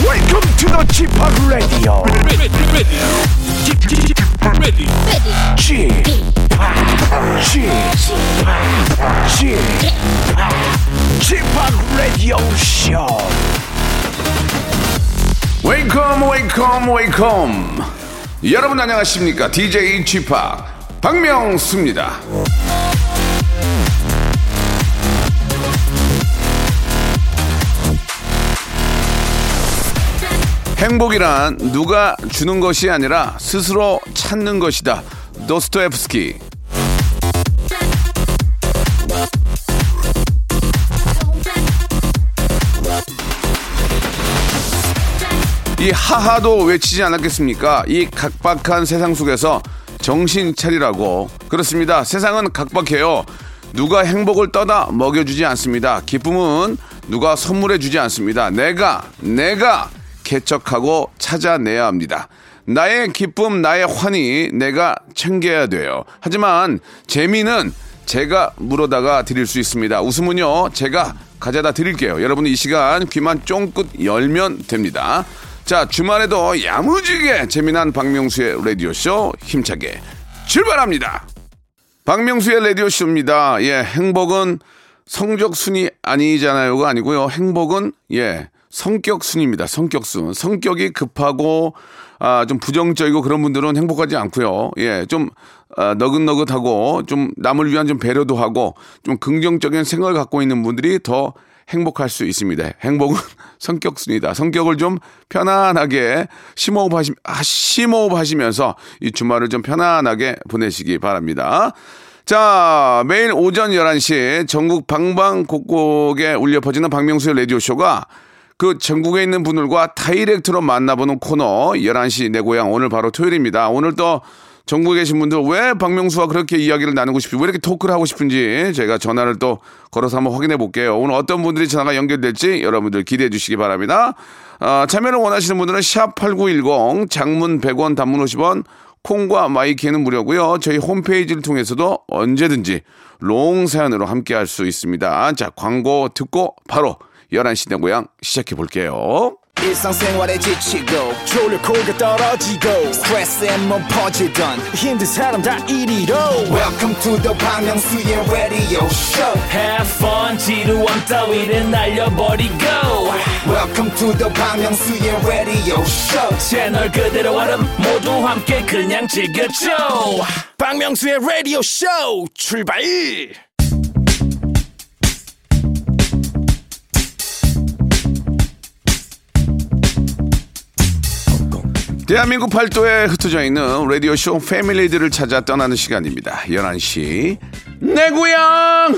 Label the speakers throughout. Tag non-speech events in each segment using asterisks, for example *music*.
Speaker 1: Welcome to the g p o p Radio.
Speaker 2: ready, ready, ready, ready.
Speaker 1: g p o p G p o p Radio Show.
Speaker 3: 웨이컴 웨이컴 웨이컴 여러분 안녕하십니까 DJ g p o p 박명수입니다 행복이란 누가 주는 것이 아니라 스스로 찾는 것이다 도스토옙스키 이 하하도 외치지 않았겠습니까? 이 각박한 세상 속에서 정신 차리라고. 그렇습니다. 세상은 각박해요. 누가 행복을 떠다 먹여주지 않습니다. 기쁨은 누가 선물해주지 않습니다. 내가, 내가 개척하고 찾아내야 합니다. 나의 기쁨, 나의 환희 내가 챙겨야 돼요. 하지만 재미는 제가 물어다가 드릴 수 있습니다. 웃음은요, 제가 가져다 드릴게요. 여러분 이 시간 귀만 쫑긋 열면 됩니다. 자, 주말에도 야무지게 재미난 박명수의 라디오쇼 힘차게 출발합니다. 박명수의 라디오쇼입니다. 예, 행복은 성적순이 아니잖아요가 아니고요. 행복은, 예, 성격순입니다. 성격순. 성격이 급하고, 아, 좀 부정적이고 그런 분들은 행복하지 않고요. 예, 좀, 아, 너긋너긋하고, 좀 남을 위한 좀 배려도 하고, 좀 긍정적인 생각을 갖고 있는 분들이 더 행복할 수 있습니다. 행복은 성격순이다. 성격을 좀 편안하게 심호흡하시, 아, 심호흡하시면서 이 주말을 좀 편안하게 보내시기 바랍니다. 자, 매일 오전 11시 전국 방방곡곡에 울려 퍼지는 박명수의 라디오쇼가 그 전국에 있는 분들과 다이렉트로 만나보는 코너 11시 내 고향 오늘 바로 토요일입니다. 오늘 또 전국에 계신 분들 왜 박명수와 그렇게 이야기를 나누고 싶은지 왜 이렇게 토크를 하고 싶은지 제가 전화를 또 걸어서 한번 확인해 볼게요. 오늘 어떤 분들이 전화가 연결될지 여러분들 기대해 주시기 바랍니다. 아, 참여를 원하시는 분들은 샵8910 장문 100원 단문 50원 콩과 마이키는 무료고요. 저희 홈페이지를 통해서도 언제든지 롱 사연으로 함께 할 수 있습니다. 자, 광고 듣고 바로 11시 내 고향 시작해 볼게요.
Speaker 4: 일상생활에 지치고,
Speaker 1: 졸려 코가 떨어지고
Speaker 4: 스트레스에 몸 퍼지던,
Speaker 1: 힘든 사람 다 이리로.
Speaker 4: welcome to the Bang Myung-soo's radio show
Speaker 5: Have fun 지루함 따위를 날려버리고
Speaker 4: welcome to the Bang Myung-soo's radio show
Speaker 5: 채널 그대로 얼음 모두 함께 그냥 즐겨줘
Speaker 1: 박명수의 라디오 쇼 출발.
Speaker 3: 대한민국 팔도에 흩어져 있는 라디오쇼 패밀리들을 찾아 떠나는 시간입니다. 11시 내 고향!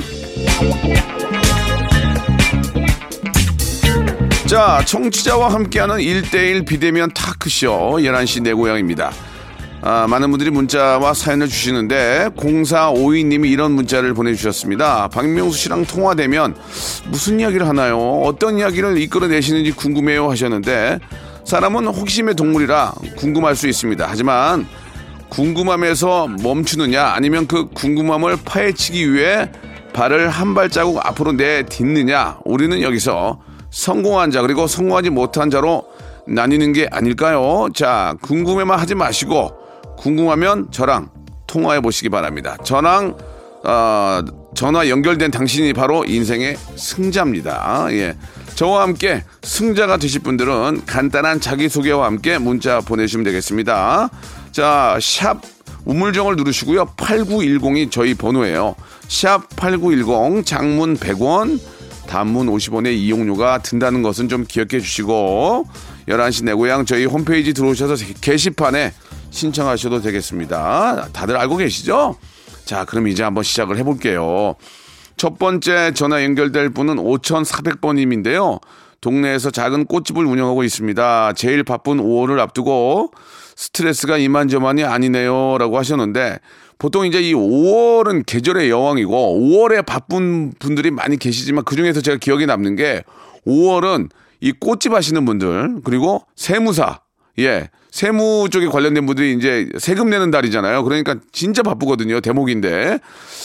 Speaker 3: 자, 청취자와 함께하는 1대1 비대면 타크쇼 11시 내 고향입니다. 아, 많은 분들이 문자와 사연을 주시는데 0452님이 이런 문자를 보내주셨습니다. 박명수 씨랑 통화되면 무슨 이야기를 하나요? 어떤 이야기를 이끌어내시는지 궁금해요 하셨는데 사람은 호기심의 동물이라 궁금할 수 있습니다. 하지만 궁금함에서 멈추느냐 아니면 그 궁금함을 파헤치기 위해 발을 한 발자국 앞으로 내딛느냐 우리는 여기서 성공한 자 그리고 성공하지 못한 자로 나뉘는 게 아닐까요? 자 궁금해만 하지 마시고 궁금하면 저랑 통화해 보시기 바랍니다. 저랑 어, 전화 연결된 당신이 바로 인생의 승자입니다. 예. 저와 함께 승자가 되실 분들은 간단한 자기소개와 함께 문자 보내주시면 되겠습니다. 자, 샵 우물정을 누르시고요. 8910이 저희 번호예요. 샵 8910 장문 100원 단문 50원의 이용료가 든다는 것은 좀 기억해 주시고 11시 내 고향 저희 홈페이지 들어오셔서 게시판에 신청하셔도 되겠습니다. 다들 알고 계시죠? 자, 그럼 이제 한번 시작을 해볼게요. 첫 번째 전화 연결될 분은 5,400번님인데요. 동네에서 작은 꽃집을 운영하고 있습니다. 제일 바쁜 5월을 앞두고 스트레스가 이만저만이 아니네요. 라고 하셨는데, 보통 이제 이 5월은 계절의 여왕이고, 5월에 바쁜 분들이 많이 계시지만, 그 중에서 제가 기억에 남는 게, 5월은 이 꽃집 하시는 분들, 그리고 세무사, 예. 세무 쪽에 관련된 분들이 이제 세금 내는 달이잖아요. 그러니까 진짜 바쁘거든요. 대목인데.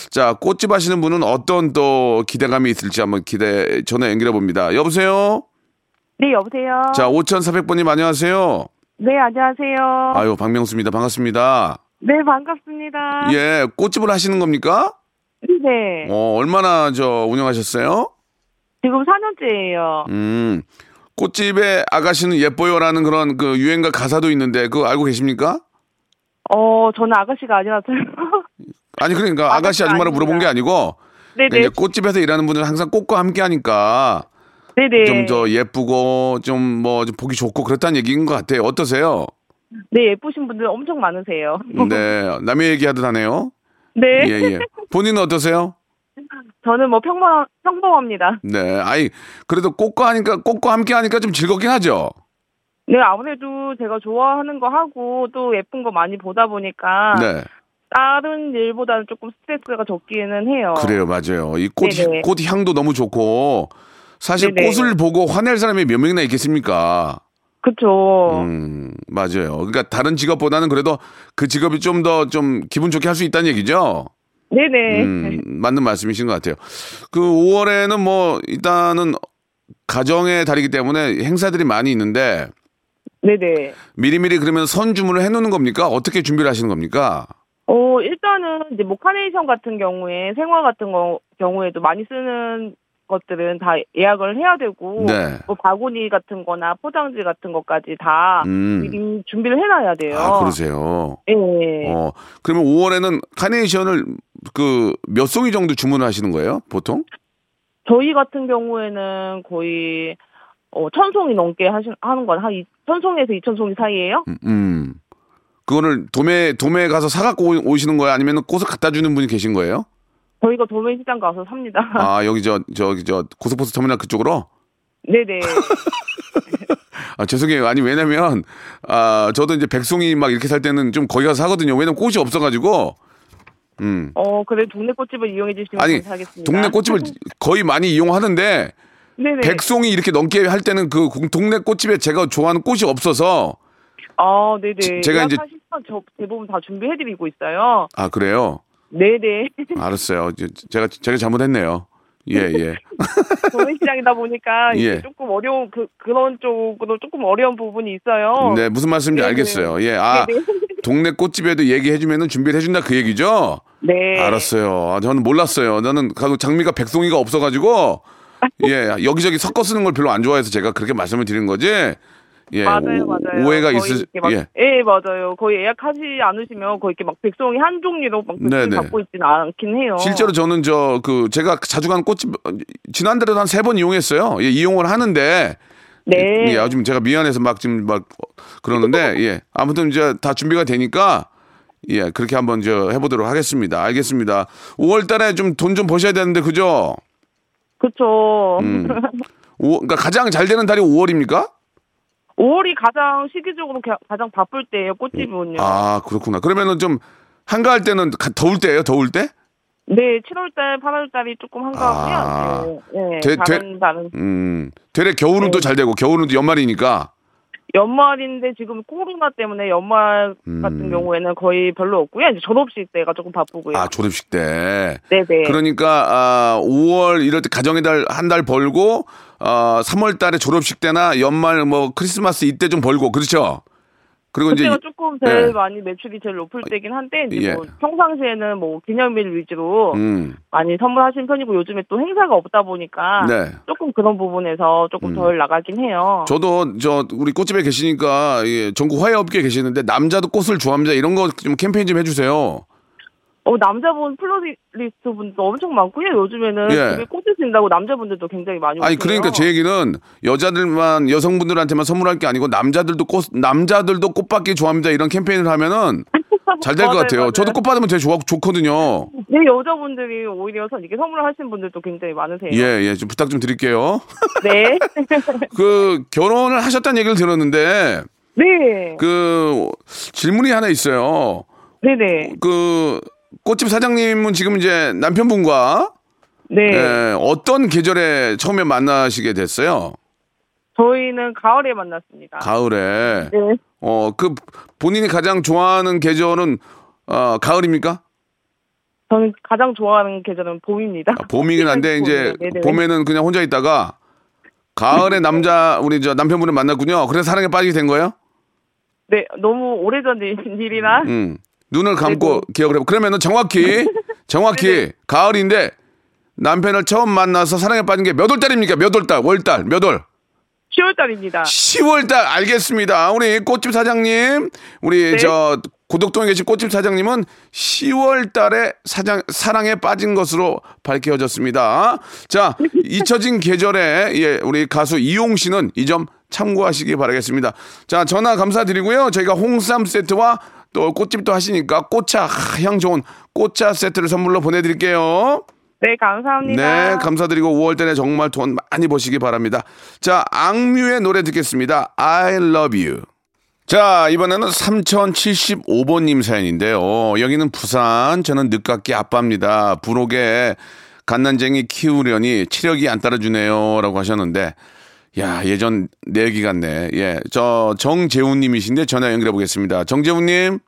Speaker 3: 자, 꽃집 하시는 분은 어떤 또 기대감이 있을지 한번 기대, 전화 연결해 봅니다. 여보세요?
Speaker 6: 네, 여보세요.
Speaker 3: 자, 5,400번님 안녕하세요.
Speaker 6: 네, 안녕하세요.
Speaker 3: 아유, 박명수입니다. 반갑습니다.
Speaker 6: 네, 반갑습니다.
Speaker 3: 예, 꽃집을 하시는 겁니까?
Speaker 6: 네.
Speaker 3: 어, 얼마나 저 운영하셨어요?
Speaker 6: 지금 4년째예요.
Speaker 3: 음. 꽃집에 아가씨는 예뻐요라는 그런 그 유행가 가사도 있는데 그거 알고 계십니까?
Speaker 6: 어, 저는 아가씨가 아니라서요. *laughs*
Speaker 3: 아니 그러니까 아가씨
Speaker 6: 아가씨가
Speaker 3: 아줌마를 물어본 게 아니고
Speaker 6: 네,
Speaker 3: 그러니까
Speaker 6: 네.
Speaker 3: 이제 꽃집에서 일하는 분들은 항상 꽃과 함께 하니까
Speaker 6: 네, 네.
Speaker 3: 좀 더 예쁘고 좀 뭐 보기 좋고 그렇다는 얘기인 것 같아요. 어떠세요?
Speaker 6: 네, 예쁘신 분들 엄청 많으세요.
Speaker 3: 네, 남의 얘기하듯 하네요.
Speaker 6: 네.
Speaker 3: 예, 예. 본인은 어떠세요?
Speaker 6: 저는 뭐 평범 평범합니다.
Speaker 3: 네, 아이 그래도 꽃과 하니까 꽃과 함께 하니까 좀 즐겁긴 하죠.
Speaker 6: 네, 아무래도 제가 좋아하는 거 하고 또 예쁜 거 많이 보다 보니까
Speaker 3: 네,
Speaker 6: 다른 일보다는 조금 스트레스가 적기는 해요.
Speaker 3: 그래요, 맞아요. 이꽃
Speaker 6: 어. 네네.
Speaker 3: 꽃 향도 너무 좋고 사실
Speaker 6: 네네.
Speaker 3: 꽃을 보고 화낼 사람이 몇 명이나 있겠습니까?
Speaker 6: 그쵸.
Speaker 3: 음, 맞아요. 그러니까 다른 직업보다는 그래도 그 직업이 좀 더 좀 기분 좋게 할 수 있다는 얘기죠.
Speaker 6: 네네.
Speaker 3: 음, 맞는 말씀이신 것 같아요. 그 5월에는 뭐 일단은 가정의 달이기 때문에 행사들이 많이 있는데
Speaker 6: 네네.
Speaker 3: 미리미리 그러면 선 주문을 해놓는 겁니까? 어떻게 준비를 하시는 겁니까?
Speaker 6: 어, 일단은 이제 뭐 카네이션 같은 경우에 생화 같은 거, 경우에도 많이 쓰는 것들은 다 예약을 해야 되고
Speaker 3: 네.
Speaker 6: 뭐 바구니 같은 거나 포장지 같은 것까지 다
Speaker 3: 음.
Speaker 6: 미리 준비를 해놔야 돼요.
Speaker 3: 아 그러세요.
Speaker 6: 예.
Speaker 3: 어 그러면 5월에는 카네이션을 그 몇 송이 정도 주문하시는 거예요? 보통?
Speaker 6: 저희 같은 경우에는 거의 어, 천 송이 넘게 하신, 하는 건 한 천 송에서 이천 송이 사이에요?
Speaker 3: 음, 음. 그거를 도매 도매에 가서 사갖고 오- 오시는 거예요? 아니면 꽃을 갖다 주는 분이 계신 거예요?
Speaker 6: 저희가 도매 시장 가서 삽니다.
Speaker 3: 아 여기 저 저기 저 고속버스 터미널 그쪽으로?
Speaker 6: *laughs*
Speaker 3: *laughs*
Speaker 6: 네네.
Speaker 3: 아, 죄송해요. 아니, 왜냐면, 아, 저도 이제 백송이 막 이렇게 살 때는 좀 거기 가서 사거든요. 왜냐면 꽃이 없어가지고, 음.
Speaker 6: 어, 그래 동네 꽃집을 이용해 주시면
Speaker 3: 아니,
Speaker 6: 감사하겠습니다.
Speaker 3: 동네 꽃집을 거의 많이 이용하는데,
Speaker 6: 네네.
Speaker 3: 백송이 이렇게 넘게 할 때는 그 공- 동네 꽃집에 제가 좋아하는 꽃이 없어서,
Speaker 6: 아, 네네.
Speaker 3: 제가 이제-
Speaker 6: 예약하신 건저 대부분 다 준비해드리고 있어요.
Speaker 3: 아, 그래요?
Speaker 6: 네네. *laughs*
Speaker 3: 알았어요. 이제 제가, 제가 잘못했네요. 예, 예.
Speaker 6: 도매시장이다 보니까
Speaker 3: *laughs* 예.
Speaker 6: 이제 조금 어려운 그 그런 쪽으로 조금 어려운 부분이 *laughs* 있어요.
Speaker 3: 네, 무슨 말씀인지
Speaker 6: 네네.
Speaker 3: 알겠어요. 예, 아,
Speaker 6: 네네. *laughs*
Speaker 3: 동네 꽃집에도 얘기해주면은 준비를 해준다 그 얘기죠?
Speaker 6: 네.
Speaker 3: 알았어요. 아, 저는 몰랐어요. 나는 가도 장미가 백송이가 없어가지고 예 여기저기 섞어 쓰는 걸 별로 안 좋아해서 제가 그렇게 말씀을 드린 거지. 예,
Speaker 6: 맞아요,
Speaker 3: 오-
Speaker 6: 맞아요.
Speaker 3: 오해가
Speaker 6: 거의
Speaker 3: 있을
Speaker 6: 이렇게 막-
Speaker 3: 예.
Speaker 6: 예, 맞아요. 거의 예약하지 않으시면 거의 이렇게 막 백송이 한 종류로 막
Speaker 3: 네네.
Speaker 6: 백송이 갖고 있진 않긴 해요.
Speaker 3: 실제로 저는 저 그 제가 자주 가는 꽃집 어, 지난달에도 한 세 번 이용했어요. 예, 이용을 하는데
Speaker 6: 네.
Speaker 3: 예, 아, 좀 제가 미안해서 막 지금 막 그러는데 예 아무튼 이제 다 준비가 되니까 예 그렇게 한번 저 해보도록 하겠습니다. 알겠습니다. 5월달에 좀 돈 좀 버셔야 되는데 그죠?
Speaker 6: 그렇죠.
Speaker 3: 음.
Speaker 6: *laughs*
Speaker 3: 오, 그러니까 가장 잘 되는 달이 5월입니까?
Speaker 6: 5월이 가장 시기적으로 가- 가장 바쁠 때예요. 꽃집은요.
Speaker 3: 아 그렇구나. 그러면은 좀 한가할 때는 가- 더울 때예요? 더울 때?
Speaker 6: 네, 7월달, 8월달이 조금
Speaker 3: 아.
Speaker 6: 한가하고요. 네,
Speaker 3: 되-
Speaker 6: 다른 다른
Speaker 3: 음. 되레 겨울은
Speaker 6: 네.
Speaker 3: 또 잘 되고 겨울은 또 연말이니까.
Speaker 6: 연말인데 지금 코로나 때문에 연말
Speaker 3: 음.
Speaker 6: 같은 경우에는 거의 별로 없고요. 이제 졸업식 때가 조금 바쁘고요.
Speaker 3: 아 졸업식 때.
Speaker 6: 네네.
Speaker 3: 그러니까 아 5월 이럴 때 가정의 달 한 달 벌고 아 3월 달에 졸업식 때나 연말 뭐 크리스마스 이때 좀 벌고 그렇죠. 그리고 이제
Speaker 6: 그때가 조금 제일
Speaker 3: 예.
Speaker 6: 많이 매출이 제일 높을 때긴 한데 이제
Speaker 3: 예.
Speaker 6: 뭐 평상시에는 뭐 기념일 위주로
Speaker 3: 음.
Speaker 6: 많이 선물하신 편이고 요즘에 또 행사가 없다 보니까
Speaker 3: 네. 음.
Speaker 6: 조금 그런 부분에서 조금 덜 나가긴 해요.
Speaker 3: 저도 저 우리 꽃집에 계시니까 예, 전국 화훼업계 계시는데 남자도 꽃을 좋아합니다 이런 거 좀 캠페인 좀 해주세요.
Speaker 6: 어, 남자분 플로리스트 분도 엄청 많고요. 요즘에는
Speaker 3: 예.
Speaker 6: 집에 꽃을 쓴다고 남자분들도 굉장히 많이
Speaker 3: 아니
Speaker 6: 오세요.
Speaker 3: 그러니까 제 얘기는 여자들만 여성분들한테만 선물할 게 아니고 남자들도 꽃 남자들도 꽃받기 좋아합니다 이런 캠페인을 하면은 잘 될 것
Speaker 6: 맞아요,
Speaker 3: 같아요.
Speaker 6: 맞아요.
Speaker 3: 저도 꽃 받으면 되게 좋아 좋거든요.
Speaker 6: *laughs* 네, 여자분들이 오히려 선 이게 선물을 하신 분들도 굉장히 많으세요.
Speaker 3: 예 예 좀 부탁 좀 드릴게요.
Speaker 6: 네.
Speaker 3: *laughs* 그 결혼을 하셨다는 얘기를 들었는데
Speaker 6: 네.
Speaker 3: 그 질문이 하나 있어요.
Speaker 6: 네네.
Speaker 3: 그 꽃집 사장님은 지금 이제 남편분과
Speaker 6: 네.
Speaker 3: 예, 어떤 계절에 처음에 만나시게 됐어요?
Speaker 6: 저희는 가을에 만났습니다.
Speaker 3: 가을에.
Speaker 6: 네.
Speaker 3: 어, 그 본인이 가장 좋아하는 계절은 어, 가을입니까?
Speaker 6: 저는 가장 좋아하는 계절은 봄입니다.
Speaker 3: 봄이긴 한데 이제
Speaker 6: 봄이요. 네네.
Speaker 3: 봄에는 그냥 혼자 있다가 가을에 남자 우리 저 남편분을 만났군요. 그래서 사랑에 빠지게 된 거예요?
Speaker 7: 네, 너무 오래전 일이라
Speaker 3: 음. 눈을 감고
Speaker 7: 그리고- 네,
Speaker 3: 기억을 해. 그러면은
Speaker 7: *laughs*
Speaker 3: 정확히 정확히 가을인데 남편을 처음 만나서 사랑에 빠진 게 몇 월 달입니까? 몇 월 달? 월 달? 몇 월?
Speaker 7: 10월달입니다.
Speaker 3: 10월 달 알겠습니다. 우리 꽃집 사장님, 우리
Speaker 7: 네.
Speaker 3: 저 고덕동에 계신 꽃집 사장님은 10월 달에 사장 사랑에 빠진 것으로 밝혀졌습니다. 자, 잊혀진 계절에 예, 우리 가수 이용 씨는 이 점 참고하시기 바라겠습니다. 자, 전화 감사드리고요. 저희가 홍삼 세트와 또 꽃집도 하시니까 꽃차 하, 향 좋은 꽃차 세트를 선물로 보내드릴게요.
Speaker 7: 네, 감사합니다.
Speaker 3: 네, 감사드리고 5월 달에 정말 돈 많이 버시기 바랍니다. 자, 악뮤의 노래 듣겠습니다. I love you. 자, 이번에는 3075번님 사연인데요. 여기는 부산, 저는 늦깎이 아빠입니다. 부록에 갓난쟁이 키우려니 체력이 안 따라주네요. 라고 하셨는데, 야, 예전 내 얘기 같네. 예, 저 정재훈님이신데 전화 연결해 보겠습니다. 정재훈님,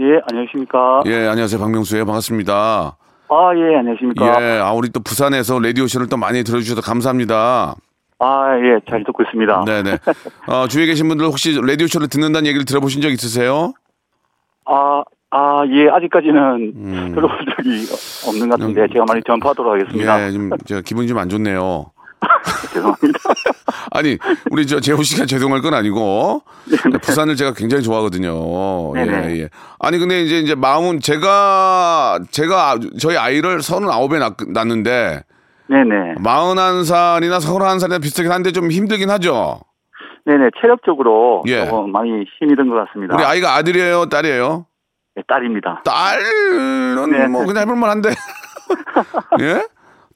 Speaker 8: 예, 안녕하십니까.
Speaker 3: 예, 안녕하세요. 박명수예요. 반갑습니다.
Speaker 8: 아, 예, 안녕하십니까.
Speaker 3: 예, 아 우리 또 부산에서 라디오쇼를 또 많이 들어주셔서 감사합니다.
Speaker 8: 아, 예, 잘 듣고 있습니다.
Speaker 3: 네네. 어, 주위에 계신 분들 혹시 라디오쇼를 듣는다는 얘기를 들어보신 적 있으세요?
Speaker 8: 아, 아, 예, 아직까지는
Speaker 3: 음.
Speaker 8: 들어본 적이 없는 것 같은데, 제가 많이 전파하도록 하겠습니다.
Speaker 3: 예, 좀 제가 기분이 좀 안 좋네요.
Speaker 8: 죄송합니다.
Speaker 3: 아니, 우리 저 재호 씨가 *laughs* 죄송할 건 아니고 부산을 제가 굉장히 좋아하거든요.
Speaker 8: 네네.
Speaker 3: 예, 예. 아니 근데 이제 이제 마음은 제가 제가 아주- 저희 아이를 서른아홉에 낳, 낳는데
Speaker 8: *laughs* 네네.
Speaker 3: 마흔한 살이나 서른한 살이나 비슷하긴 한데 좀 힘들긴 하죠.
Speaker 8: 네네, 체력적으로
Speaker 3: 예.
Speaker 8: 조금 많이 힘이 든 것 같습니다.
Speaker 3: 우리 아이가 아들이에요, 딸이에요?
Speaker 8: 예, 딸입니다.
Speaker 3: 딸은
Speaker 8: 네.
Speaker 3: 뭐 그냥 해볼만 한데. *laughs* 예?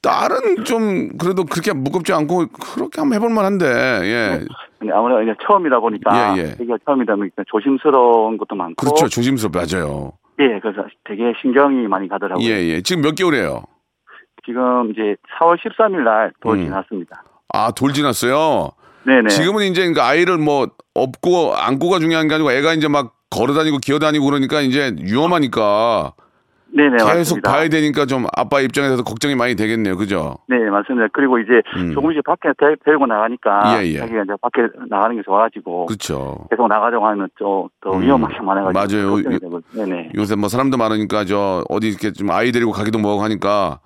Speaker 3: 딸은 좀 그래도 그렇게 무겁지 않고 그렇게 한번 해볼만 한데. 예.
Speaker 8: 근데 아무래도 이제 처음이다 보니까,
Speaker 3: 예, 예.
Speaker 8: 되게 처음이다 보니까 조심스러운 것도 많고,
Speaker 3: 그렇죠. 조심스럽게 맞아요.
Speaker 8: 예, 그래서 되게 신경이 많이 가더라고요.
Speaker 3: 예, 예. 지금 몇 개월이에요?
Speaker 8: 지금 이제 4월 13일 날 돌이
Speaker 3: 음.
Speaker 8: 지났습니다.
Speaker 3: 아, 돌 지났어요.
Speaker 8: 네네.
Speaker 3: 지금은 이제 그러니까 아이를 뭐 업고 안고가 중요한 게 아니고 애가 이제 막 걸어다니고 기어다니고 그러니까 이제 위험하니까
Speaker 8: 네네,
Speaker 3: 계속
Speaker 8: 맞습니다.
Speaker 3: 봐야 되니까 좀 아빠 입장에서 걱정이 많이 되겠네요. 그죠?
Speaker 8: 네, 맞습니다. 그리고 이제
Speaker 3: 음.
Speaker 8: 조금씩 밖에 데- 데리고 나가니까
Speaker 3: 예, 예.
Speaker 8: 자기가 이제 밖에 나가는 게 좋아가지고
Speaker 3: 그렇죠.
Speaker 8: 계속 나가자고 하면 좀 더
Speaker 3: 음.
Speaker 8: 위험하게 많아가지고
Speaker 3: 맞아요.
Speaker 8: 걱정이 되고. 네네,
Speaker 3: 요새 뭐 사람도 많으니까 저 어디 이렇게 좀 아이 데리고 가기도 뭐하고 하니까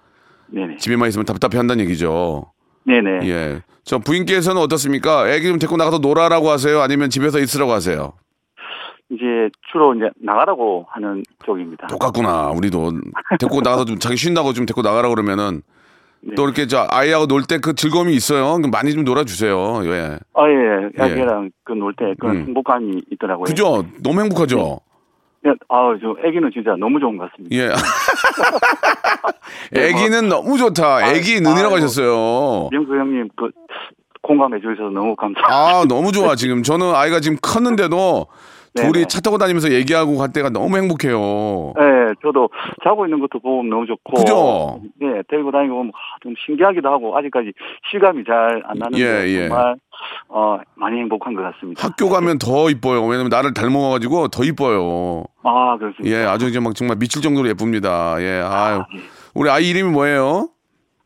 Speaker 8: 네네,
Speaker 3: 집에만 있으면 답답해 한다는 얘기죠.
Speaker 8: 네네.
Speaker 3: 예. 저 부인께서는 어떻습니까? 애기 좀 데리고 나가서 놀아라고 하세요? 아니면 집에서 있으라고 하세요?
Speaker 8: 이제 주로 이제 나가라고 하는 쪽입니다.
Speaker 3: 똑같구나. 우리도 데리고 나가서 좀 자기 쉰다고 좀 데리고 나가라 그러면은
Speaker 8: 네.
Speaker 3: 또 이렇게 저 아이하고 놀 때 그 즐거움이 있어요. 그럼 많이 좀 놀아주세요. 예.
Speaker 8: 아, 예, 애기랑 그 놀 때 그런
Speaker 3: 음.
Speaker 8: 행복감이 있더라고요.
Speaker 3: 그죠?
Speaker 8: 네.
Speaker 3: 너무 행복하죠?
Speaker 8: 예, 아우, 저 애기는 진짜 너무 좋은 것 같습니다. *laughs*
Speaker 3: 예. 애기는 너무
Speaker 8: 아,
Speaker 3: 좋다. 애기 눈이라고 하셨어요.
Speaker 8: 명수 형님, 그 공감해 주셔서 너무 감사합니다.
Speaker 3: 아 너무 좋아 지금 저는 아이가 지금 컸는데도
Speaker 8: 네네.
Speaker 3: 둘이 차 타고 다니면서 얘기하고 갈 때가 너무 행복해요.
Speaker 8: 예, 저도 자고 있는 것도 보고 너무 좋고.
Speaker 3: 그죠?
Speaker 8: 예, 데리고 다니고 보면 아, 좀 신기하기도 하고 아직까지 실감이 잘 안 나는데
Speaker 3: 예, 예.
Speaker 8: 정말 어, 많이 행복한 것 같습니다.
Speaker 3: 학교 가면 더 이뻐요. 왜냐면 나를 닮아가지고 더 이뻐요.
Speaker 8: 아 그렇습니다.
Speaker 3: 예, 아주 이제 막 정말 미칠 정도로 예쁩니다. 예, 아유. 우리 아이 이름이 뭐예요?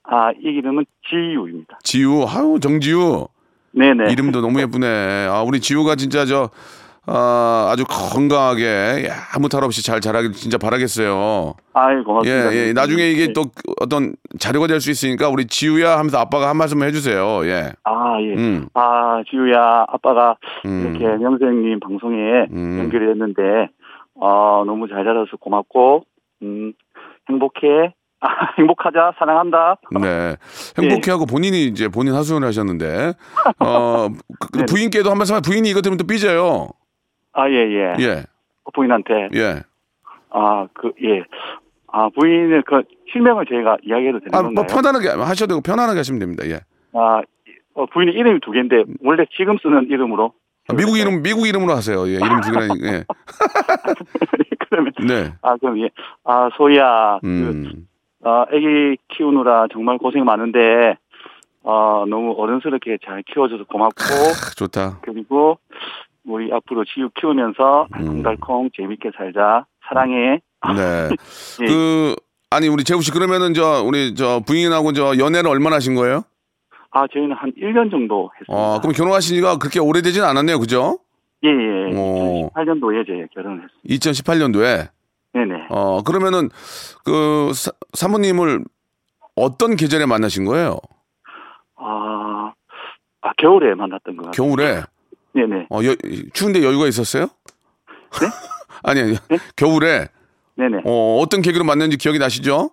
Speaker 8: 아이 이름은 지유입니다.
Speaker 3: 지우. 아유, 정지우.
Speaker 8: 네네.
Speaker 3: 이름도 너무 예쁘네. 아, 우리 지우가 진짜 저, 아, 아주 건강하게 예, 아무 탈 없이 잘 자라길 진짜 바라겠어요.
Speaker 8: 아이
Speaker 3: 예,
Speaker 8: 고맙습니다.
Speaker 3: 예. 나중에 이게
Speaker 8: 네.
Speaker 3: 또 어떤 자료가 될 수 있으니까 우리 지우야 하면서 아빠가 한 말씀 해주세요. 예.
Speaker 8: 아 예.
Speaker 3: 음.
Speaker 8: 아 지유야 아빠가
Speaker 3: 음.
Speaker 8: 이렇게 명수님 방송에
Speaker 3: 음.
Speaker 8: 연결이 됐는데 어, 너무 잘 자라서 고맙고 음, 행복해. 아, 행복하자 사랑한다.
Speaker 3: 네. 행복해하고 본인이 이제 본인 하소연을 하셨는데, 어, 그- 그
Speaker 8: 네네.
Speaker 3: 부인께도 한 말씀, 하- 부인이 이것 때문에 또 삐져요.
Speaker 8: 아 예예. 어,
Speaker 3: 예,
Speaker 8: 부인한테
Speaker 3: 예.
Speaker 8: 아, 그, 예. 아, 부인의 그 실명을 저희가 이야기해도 되는
Speaker 3: 아, 뭐
Speaker 8: 건가요?
Speaker 3: 편안하게 하셔도 되고, 편안하게 하시면 됩니다. 예.
Speaker 8: 아, 어, 부인의 이름이 두 개인데, 원래 지금 쓰는 이름으로. *laughs*
Speaker 3: 아, 미국 이름, 미국 이름으로 하세요. 예, 이름 두 개라니, 예.
Speaker 8: 그러면,
Speaker 3: 네.
Speaker 8: 아, 그럼, 예. 아, 소희야,
Speaker 3: 음.
Speaker 8: 그, 어, 애기 키우느라 정말 고생 많은데, 어, 너무 어른스럽게 잘 키워줘서
Speaker 3: *laughs*
Speaker 8: 고맙고,
Speaker 3: 크, 좋다.
Speaker 8: 그리고, 우리 앞으로 지우 키우면서
Speaker 3: 음.
Speaker 8: 달콩달콩 재밌게 살자. 사랑해.
Speaker 3: 네.
Speaker 8: *laughs* 예.
Speaker 3: 그, 아니, 우리 재우 씨, 그러면은 저, 우리 저 부인하고 저 연애를 얼마나 하신 거예요?
Speaker 8: 아, 저희는 한 1년 정도 했습니다.
Speaker 3: 어, 그럼 결혼하신 지가 그렇게 오래되진 않았네요. 그죠?
Speaker 8: 예, 예.
Speaker 3: 오.
Speaker 8: 2018년도에 제 결혼을 했습니다.
Speaker 3: 2018년도에.
Speaker 8: 네네.
Speaker 3: 어, 그러면은 그 사, 사모님을 어떤 계절에 만나신 거예요?
Speaker 8: 아, 아, 겨울에 만났던 것 같아요.
Speaker 3: 겨울에.
Speaker 8: 네네.
Speaker 3: 어, 여, 추운데 여유가 있었어요?
Speaker 8: 네?
Speaker 3: *laughs* 아니, 아니. 겨울에
Speaker 8: 네네.
Speaker 3: 어, 어떤 계기로 만났는지 기억이 나시죠?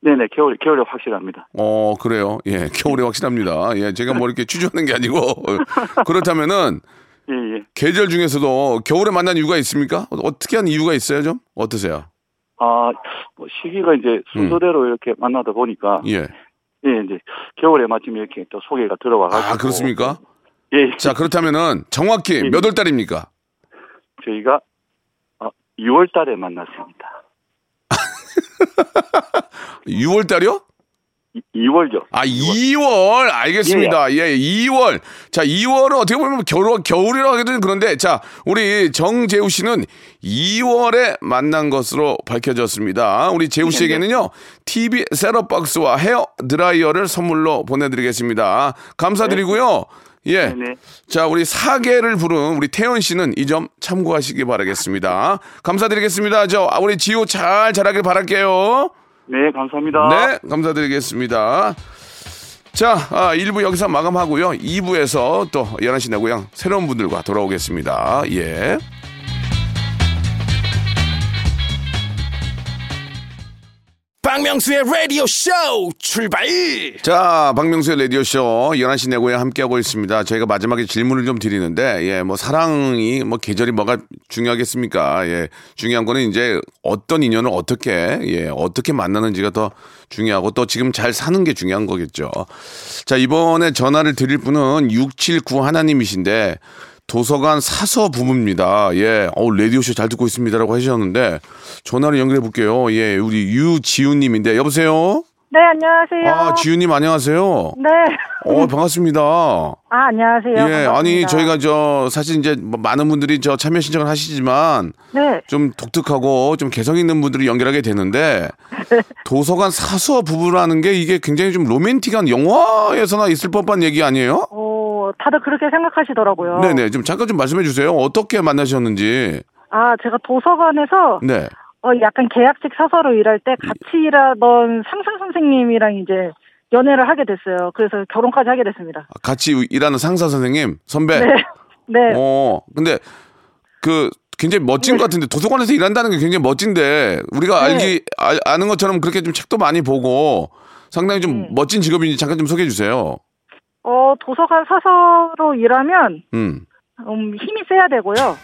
Speaker 8: 네네. 겨울, 겨울에 확실합니다.
Speaker 3: 어, 그래요. 예, 겨울에 확실합니다. 예, 제가 뭐 이렇게 취조하는 게
Speaker 8: *laughs*
Speaker 3: 아니고. 그렇다면은
Speaker 8: 예, 예.
Speaker 3: 계절 중에서도 겨울에 만난 이유가 있습니까? 어- 어떻게 한 이유가 있어요, 좀? 어떠세요?
Speaker 8: 아, 뭐 시기가 이제 순서대로 이렇게 만나다 보니까, 예.
Speaker 3: 음. 예.
Speaker 8: 이제 겨울에 마침 이렇게 또 소개가 들어와가지고.
Speaker 3: 아, 그렇습니까?
Speaker 8: 예,
Speaker 3: 자, 그렇다면은 정확히 몇 월 달입니까?
Speaker 8: 저희가 아, 6월 달에 만났습니다.
Speaker 3: 6월 달이요?
Speaker 8: 2월요.
Speaker 3: 아, 2월. 알겠습니다. 예, 2월. 자, 2월은 어떻게 보면 겨울, 겨울이라고 하기도 그런데, 자, 우리 정재우 씨는 2월에 만난 것으로 밝혀졌습니다. 우리
Speaker 8: 예,
Speaker 3: 재우 씨에게는요, TV 셋업박스와 헤어 드라이어를 선물로 보내드리겠습니다. 감사드리고요. 예.
Speaker 8: 네.
Speaker 3: 자, 우리 사계를 부른 우리 태연 씨는 이 점 참고하시기 바라겠습니다. 감사드리겠습니다. 저, 아, 우리 지호 잘 자라길 바랄게요.
Speaker 8: 네, 감사합니다.
Speaker 3: 네, 감사드리겠습니다. 자, 아, 1부 여기서 마감하고요. 2부에서 또 11시 내고요. 새로운 분들과 돌아오겠습니다. 예.
Speaker 1: 박명수의 라디오 쇼 출발!
Speaker 3: 자, 박명수의 라디오쇼 11시 내고요. 함께하고 있습니다. 저희가 마지막에 질문을 좀 드리는데, 예, 뭐, 사랑이, 뭐, 계절이 뭐가 중요하겠습니까? 예, 중요한 거는 이제 어떤 인연을 어떻게, 예, 어떻게 만나는지가 더 중요하고 또 지금 잘 사는 게 중요한 거겠죠. 자, 이번에 전화를 드릴 분은 679 하나님이신데, 도서관 사서 부부입니다. 예. 어, 라디오쇼 잘 듣고 있습니다라고 하셨는데, 전화를 연결해 볼게요. 예, 우리 유지훈님인데, 여보세요?
Speaker 6: 네, 안녕하세요.
Speaker 3: 아, 지윤님 안녕하세요.
Speaker 6: 네.
Speaker 3: 어, 반갑습니다.
Speaker 6: 아, 안녕하세요.
Speaker 3: 예, 아니
Speaker 6: 반갑습니다.
Speaker 3: 저희가 저 사실 이제 뭐 많은 분들이 저 참여 신청을 하시지만
Speaker 6: 네.
Speaker 3: 좀 독특하고 좀 개성 있는 분들이 연결하게
Speaker 6: *laughs*
Speaker 3: 되는데 도서관 사서 부부라는 게 이게 굉장히 좀 로맨틱한 영화에서나 있을 법한 얘기 아니에요?
Speaker 6: 어, 다들 그렇게 생각하시더라고요.
Speaker 3: 네네. 좀 잠깐 좀 말씀해 주세요. 어떻게 만나셨는지.
Speaker 6: 아, 제가 도서관에서
Speaker 3: 네.
Speaker 6: 어, 약간 계약직 사서로 일할 때 같이 일하던 상상 선생님이랑 이제 연애를 하게 됐어요. 그래서 결혼까지 하게 됐습니다.
Speaker 3: 같이 일하는 상사 선생님, 선배.
Speaker 6: 네. *laughs* 네.
Speaker 3: 어, 근데 그 굉장히 멋진 것 같은데 도서관에서 일한다는 게 굉장히 멋진데 우리가
Speaker 6: 네.
Speaker 3: 알기 아, 아는 것처럼 그렇게 좀 책도 많이 보고 상당히 좀
Speaker 6: 네.
Speaker 3: 멋진 직업인지 잠깐 좀 소개해 주세요.
Speaker 6: 어, 도서관 사서로 일하면
Speaker 3: 음,
Speaker 6: 음, 힘이 세야 되고요.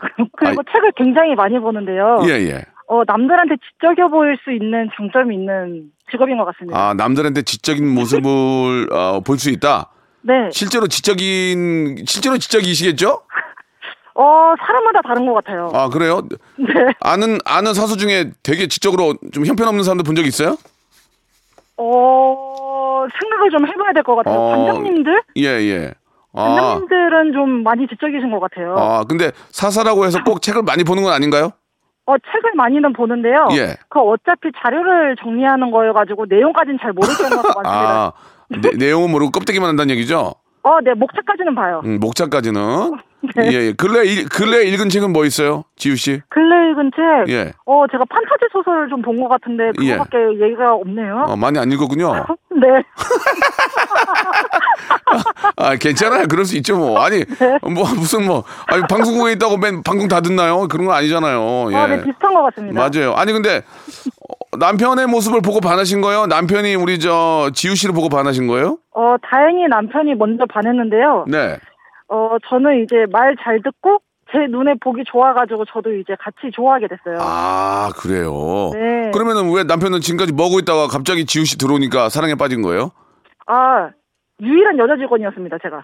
Speaker 6: *laughs* 그리고 책을 굉장히 많이 보는데요.
Speaker 3: 예, 예.
Speaker 6: 어, 남들한테 지적여 보일 수 있는 장점이 있는 직업인 것 같습니다.
Speaker 3: 아 남들한테 지적인
Speaker 6: *laughs*
Speaker 3: 모습을 어, 볼 수 있다.
Speaker 6: 네.
Speaker 3: 실제로 지적인 실제로 지적이시겠죠?
Speaker 6: 어, 사람마다 다른 것 같아요.
Speaker 3: 아 그래요?
Speaker 6: 네.
Speaker 3: 아는 아는 사수 중에 되게 지적으로 좀 형편없는 사람도 본 적 있어요?
Speaker 6: 어, 생각을 좀 해봐야 될 것 같아요.
Speaker 3: 어,
Speaker 6: 반장님들?
Speaker 3: 예, 예. 아,
Speaker 6: 반장님들은 좀 많이 지적이신 것 같아요.
Speaker 3: 아 근데 사사라고 해서 꼭 책을 많이 보는 건 아닌가요?
Speaker 6: 어, 책을 많이는 보는데요.
Speaker 3: 예.
Speaker 6: 그 어차피 자료를 정리하는 거여가지고 내용까지는 잘 모를 경우가 많습니다.
Speaker 3: 아, 내, 내용은 모르고 껍데기만 한다는 얘기죠?
Speaker 6: 어, 네, 목차까지는 봐요.
Speaker 3: 음, 목차까지는.
Speaker 6: 네.
Speaker 3: 예, 예. 근래, 일, 근래 읽은 책은 뭐 있어요? 지우씨?
Speaker 6: 근래 읽은 책,
Speaker 3: 예.
Speaker 6: 어, 제가 판타지 소설을 좀 본 것 같은데, 그거밖에 얘기가 없네요.
Speaker 3: 어, 많이 안 읽었군요.
Speaker 6: *laughs* 네.
Speaker 3: 아, 괜찮아요. 그럴 수 있죠, 뭐. 아니,
Speaker 6: 네.
Speaker 3: 뭐, 무슨 뭐. 아니, 방송국에 있다고 맨 방송 다 듣나요? 그런 건 아니잖아요. 예.
Speaker 6: 어, 네, 비슷한 것 같습니다.
Speaker 3: 맞아요. 아니, 근데 어, 남편의 모습을 보고 반하신 거예요? 남편이 우리 저 지우씨를 보고 반하신 거예요?
Speaker 6: 어, 다행히 남편이 먼저 반했는데요.
Speaker 3: 네.
Speaker 6: 어, 저는 이제 말 잘 듣고, 제 눈에 보기 좋아가지고, 저도 이제 같이 좋아하게 됐어요.
Speaker 3: 아, 그래요.
Speaker 6: 네.
Speaker 3: 그러면은 왜 남편은 지금까지 먹고 있다가 갑자기 지우씨 들어오니까 사랑에 빠진 거예요?
Speaker 6: 아, 유일한 여자 직원이었습니다,
Speaker 3: *laughs*
Speaker 6: 제가.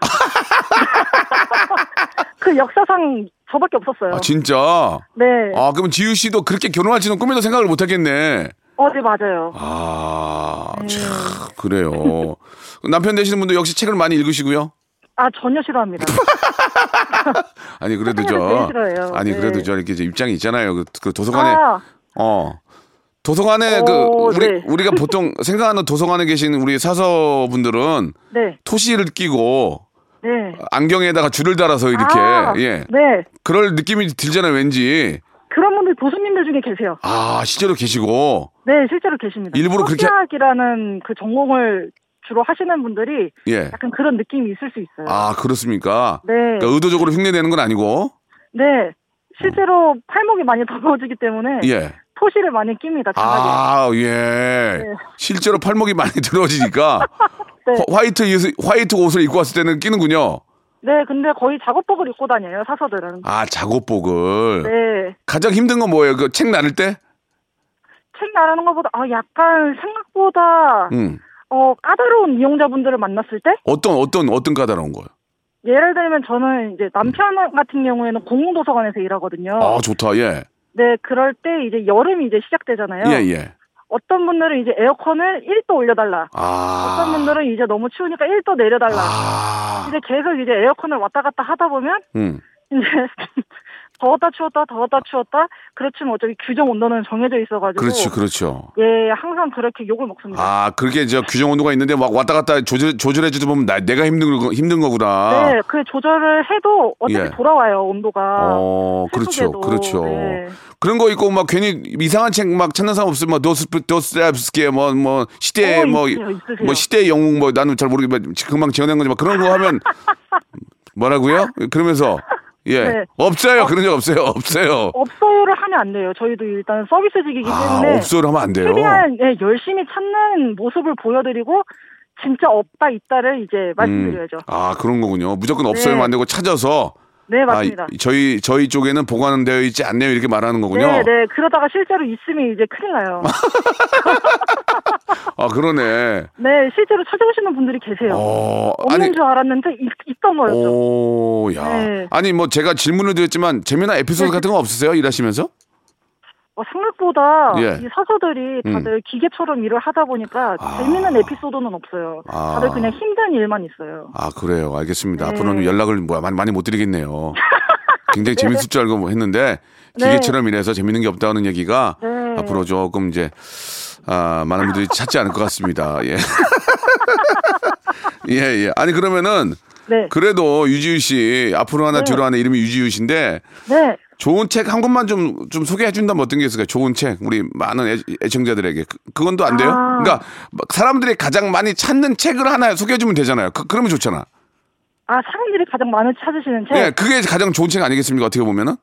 Speaker 6: 그 역사상 저밖에 없었어요.
Speaker 3: 아 진짜?
Speaker 6: 그렇죠. 네.
Speaker 3: 아 그럼 지우 씨도 그렇게 결혼할지는 꿈에도 생각을 못했겠네.
Speaker 6: 어, 네, 맞아요. 네.
Speaker 3: 아참 그래요. 남편 되시는 분도 역시 책을 많이 읽으시고요.
Speaker 6: 아, 전혀 싫어합니다.
Speaker 3: 아니 그래도
Speaker 6: 책을
Speaker 3: 저
Speaker 6: 제일 싫어해요.
Speaker 3: 아니
Speaker 6: 네.
Speaker 3: 그래도 저 이렇게 이제 입장이 있잖아요. 그, 그 도서관에
Speaker 6: 아,
Speaker 3: 어 도서관에
Speaker 6: 어,
Speaker 3: 그 우리
Speaker 6: 네.
Speaker 3: 우리가
Speaker 6: *laughs*
Speaker 3: 보통 생각하는 도서관에 계신 우리 사서분들은
Speaker 6: 네,
Speaker 3: 토시를 끼고
Speaker 6: 네.
Speaker 3: 안경에다가 줄을 달아서 이렇게
Speaker 6: 아,
Speaker 3: 예
Speaker 6: 네.
Speaker 3: 그럴 느낌이 들잖아요 왠지
Speaker 6: 그런 분들 교수님들 중에 계세요.
Speaker 3: 아 실제로 계시고
Speaker 6: 네, 실제로 계십니다.
Speaker 3: 일부러 그렇게-
Speaker 6: 학이라는 그 전공을 주로 하시는 분들이
Speaker 3: 예아
Speaker 6: 약간 그런 느낌이 있을 수 있어요.
Speaker 3: 아, 그렇습니까
Speaker 6: 네,
Speaker 3: 그러니까 의도적으로 흉내내는 건 아니고
Speaker 6: 네. 실제로 팔목이 많이 *laughs* 더러워지기 때문에
Speaker 3: 예.
Speaker 6: 토시를 많이 낍니다.
Speaker 3: 아.
Speaker 6: 장갑에.
Speaker 3: 예아예
Speaker 6: 네. 네.
Speaker 3: 실제로 팔목이 많이 *laughs* 들어지니까
Speaker 6: 네.
Speaker 3: 화- 화이트 옷- 화이트 옷을 입고 왔을 때는 끼는군요
Speaker 6: 네, 근데 거의 작업복을 입고 다녀요 사서들은.
Speaker 3: 아 작업복을
Speaker 6: 네,
Speaker 3: 가장 힘든 건 뭐예요 그 책 나눌 때
Speaker 6: 책 나르는 것보다 아 약간 생각보다
Speaker 3: 음.
Speaker 6: 어 까다로운 이용자분들을 만났을 때
Speaker 3: 어떤 어떤 어떤 까다로운 거예요
Speaker 6: 예를 들면 저는 이제 남편 같은 경우에는 공공도서관에서 일하거든요.
Speaker 3: 아 좋다 예예예 예,
Speaker 6: 네, 그럴 때 이제 여름이 이제 시작되잖아요. 어떤 분들은 이제 에어컨을 1도 올려달라.
Speaker 3: 아
Speaker 6: 어떤 분들은 이제 너무 추우니까 1도 내려달라.
Speaker 3: 아
Speaker 6: 근데 계속 이제 에어컨을 왔다 갔다 하다 보면
Speaker 3: 음.
Speaker 6: 이제 *laughs* 더웠다 추웠다 더웠다 추웠다 그렇지만 어차피 규정 온도는 정해져 있어가지고
Speaker 3: 그렇죠 그렇죠
Speaker 6: 예 항상 그렇게 욕을 먹습니다.
Speaker 3: 아, 그렇게 저 규정 온도가 있는데 막 왔다 갔다 조절 조절해 주다 보면 나, 내가 힘든 거 힘든 거구나.
Speaker 6: 네, 그 조절을 해도 어차피
Speaker 3: 예.
Speaker 6: 돌아와요 온도가.
Speaker 3: 어, 그렇죠.
Speaker 6: 슬프게도.
Speaker 3: 그렇죠.
Speaker 6: 네.
Speaker 3: 그런 거 있고 막 괜히 이상한 책 막 찾는 사람 없으면 막 도스 도스트랩스키 뭐뭐 시대
Speaker 6: 어,
Speaker 3: 뭐
Speaker 6: 있으세요, 있으세요.
Speaker 3: 뭐 시대 영웅 뭐 나는 잘 모르겠지만 금방 지어낸 거지 막 그런 거
Speaker 6: *laughs*
Speaker 3: 하면 뭐라고요? 그러면서 예.
Speaker 6: 네.
Speaker 3: 없어요. 그런 적 없어요. 없어요.
Speaker 6: 업소요를 하면 안 돼요. 저희도 일단 서비스직이기
Speaker 3: 아,
Speaker 6: 때문에
Speaker 3: 없어요. 하면 안 돼요.
Speaker 6: 최대한 예, 열심히 찾는 모습을 보여드리고 진짜 없다 있다를 이제 말씀드려야죠.
Speaker 3: 아, 그런 거군요. 무조건 없어요만
Speaker 6: 네.
Speaker 3: 안 되고 찾아서
Speaker 6: 네 맞습니다.
Speaker 3: 아, 저희 저희 쪽에는 보관되어 있지 않네요. 이렇게 말하는 거군요.
Speaker 6: 네, 네. 그러다가 실제로 있으면 이제 큰일 나요.
Speaker 3: 아 그러네.
Speaker 6: 네, 실제로 찾아오시는 분들이 계세요.
Speaker 3: 어
Speaker 6: 없는 줄 알았는데 있, 던 거였죠.
Speaker 3: 오, 야.
Speaker 6: 네.
Speaker 3: 아니 뭐 제가 질문을 드렸지만 재미난 에피소드 같은 거 없으세요? 일하시면서?
Speaker 6: 어, 생각보다
Speaker 3: 예.
Speaker 6: 이 사서들이 다들 기계처럼 일을 하다 보니까
Speaker 3: 아.
Speaker 6: 재밌는 에피소드는 없어요.
Speaker 3: 아.
Speaker 6: 다들 그냥 힘든 일만 있어요.
Speaker 3: 아 그래요. 알겠습니다.
Speaker 6: 네.
Speaker 3: 앞으로는 연락을 뭐 많이 많이 못 드리겠네요. 굉장히 재밌을 줄 알고 뭐 했는데
Speaker 6: 네.
Speaker 3: 기계처럼 일해서 재밌는 게 없다는 얘기가
Speaker 6: 네.
Speaker 3: 앞으로 조금 이제 아 많은 분들이 찾지 않을 것 같습니다. 예. *laughs* 예, 예. 아니 그러면은
Speaker 6: 네,
Speaker 3: 그래도 유지우 씨 앞으로 하나
Speaker 6: 네.
Speaker 3: 뒤로 하나 이름이 유지우 씨인데
Speaker 6: 네.
Speaker 3: 좋은 책 한 권만 좀 좀 소개해 준다면 어떤 게 있을까요? 좋은 책 우리 많은 애, 청자들에게 그, 건도안 돼요?
Speaker 6: 아.
Speaker 3: 그러니까 막 사람들이 가장 많이 찾는 책을 하나 소개해 주면 되잖아요. 그, 러면 좋잖아.
Speaker 6: 아 사람들이 가장 많이 찾으시는 책.
Speaker 3: 예, 그게 가장 좋은 책 아니겠습니까? 어떻게 보면은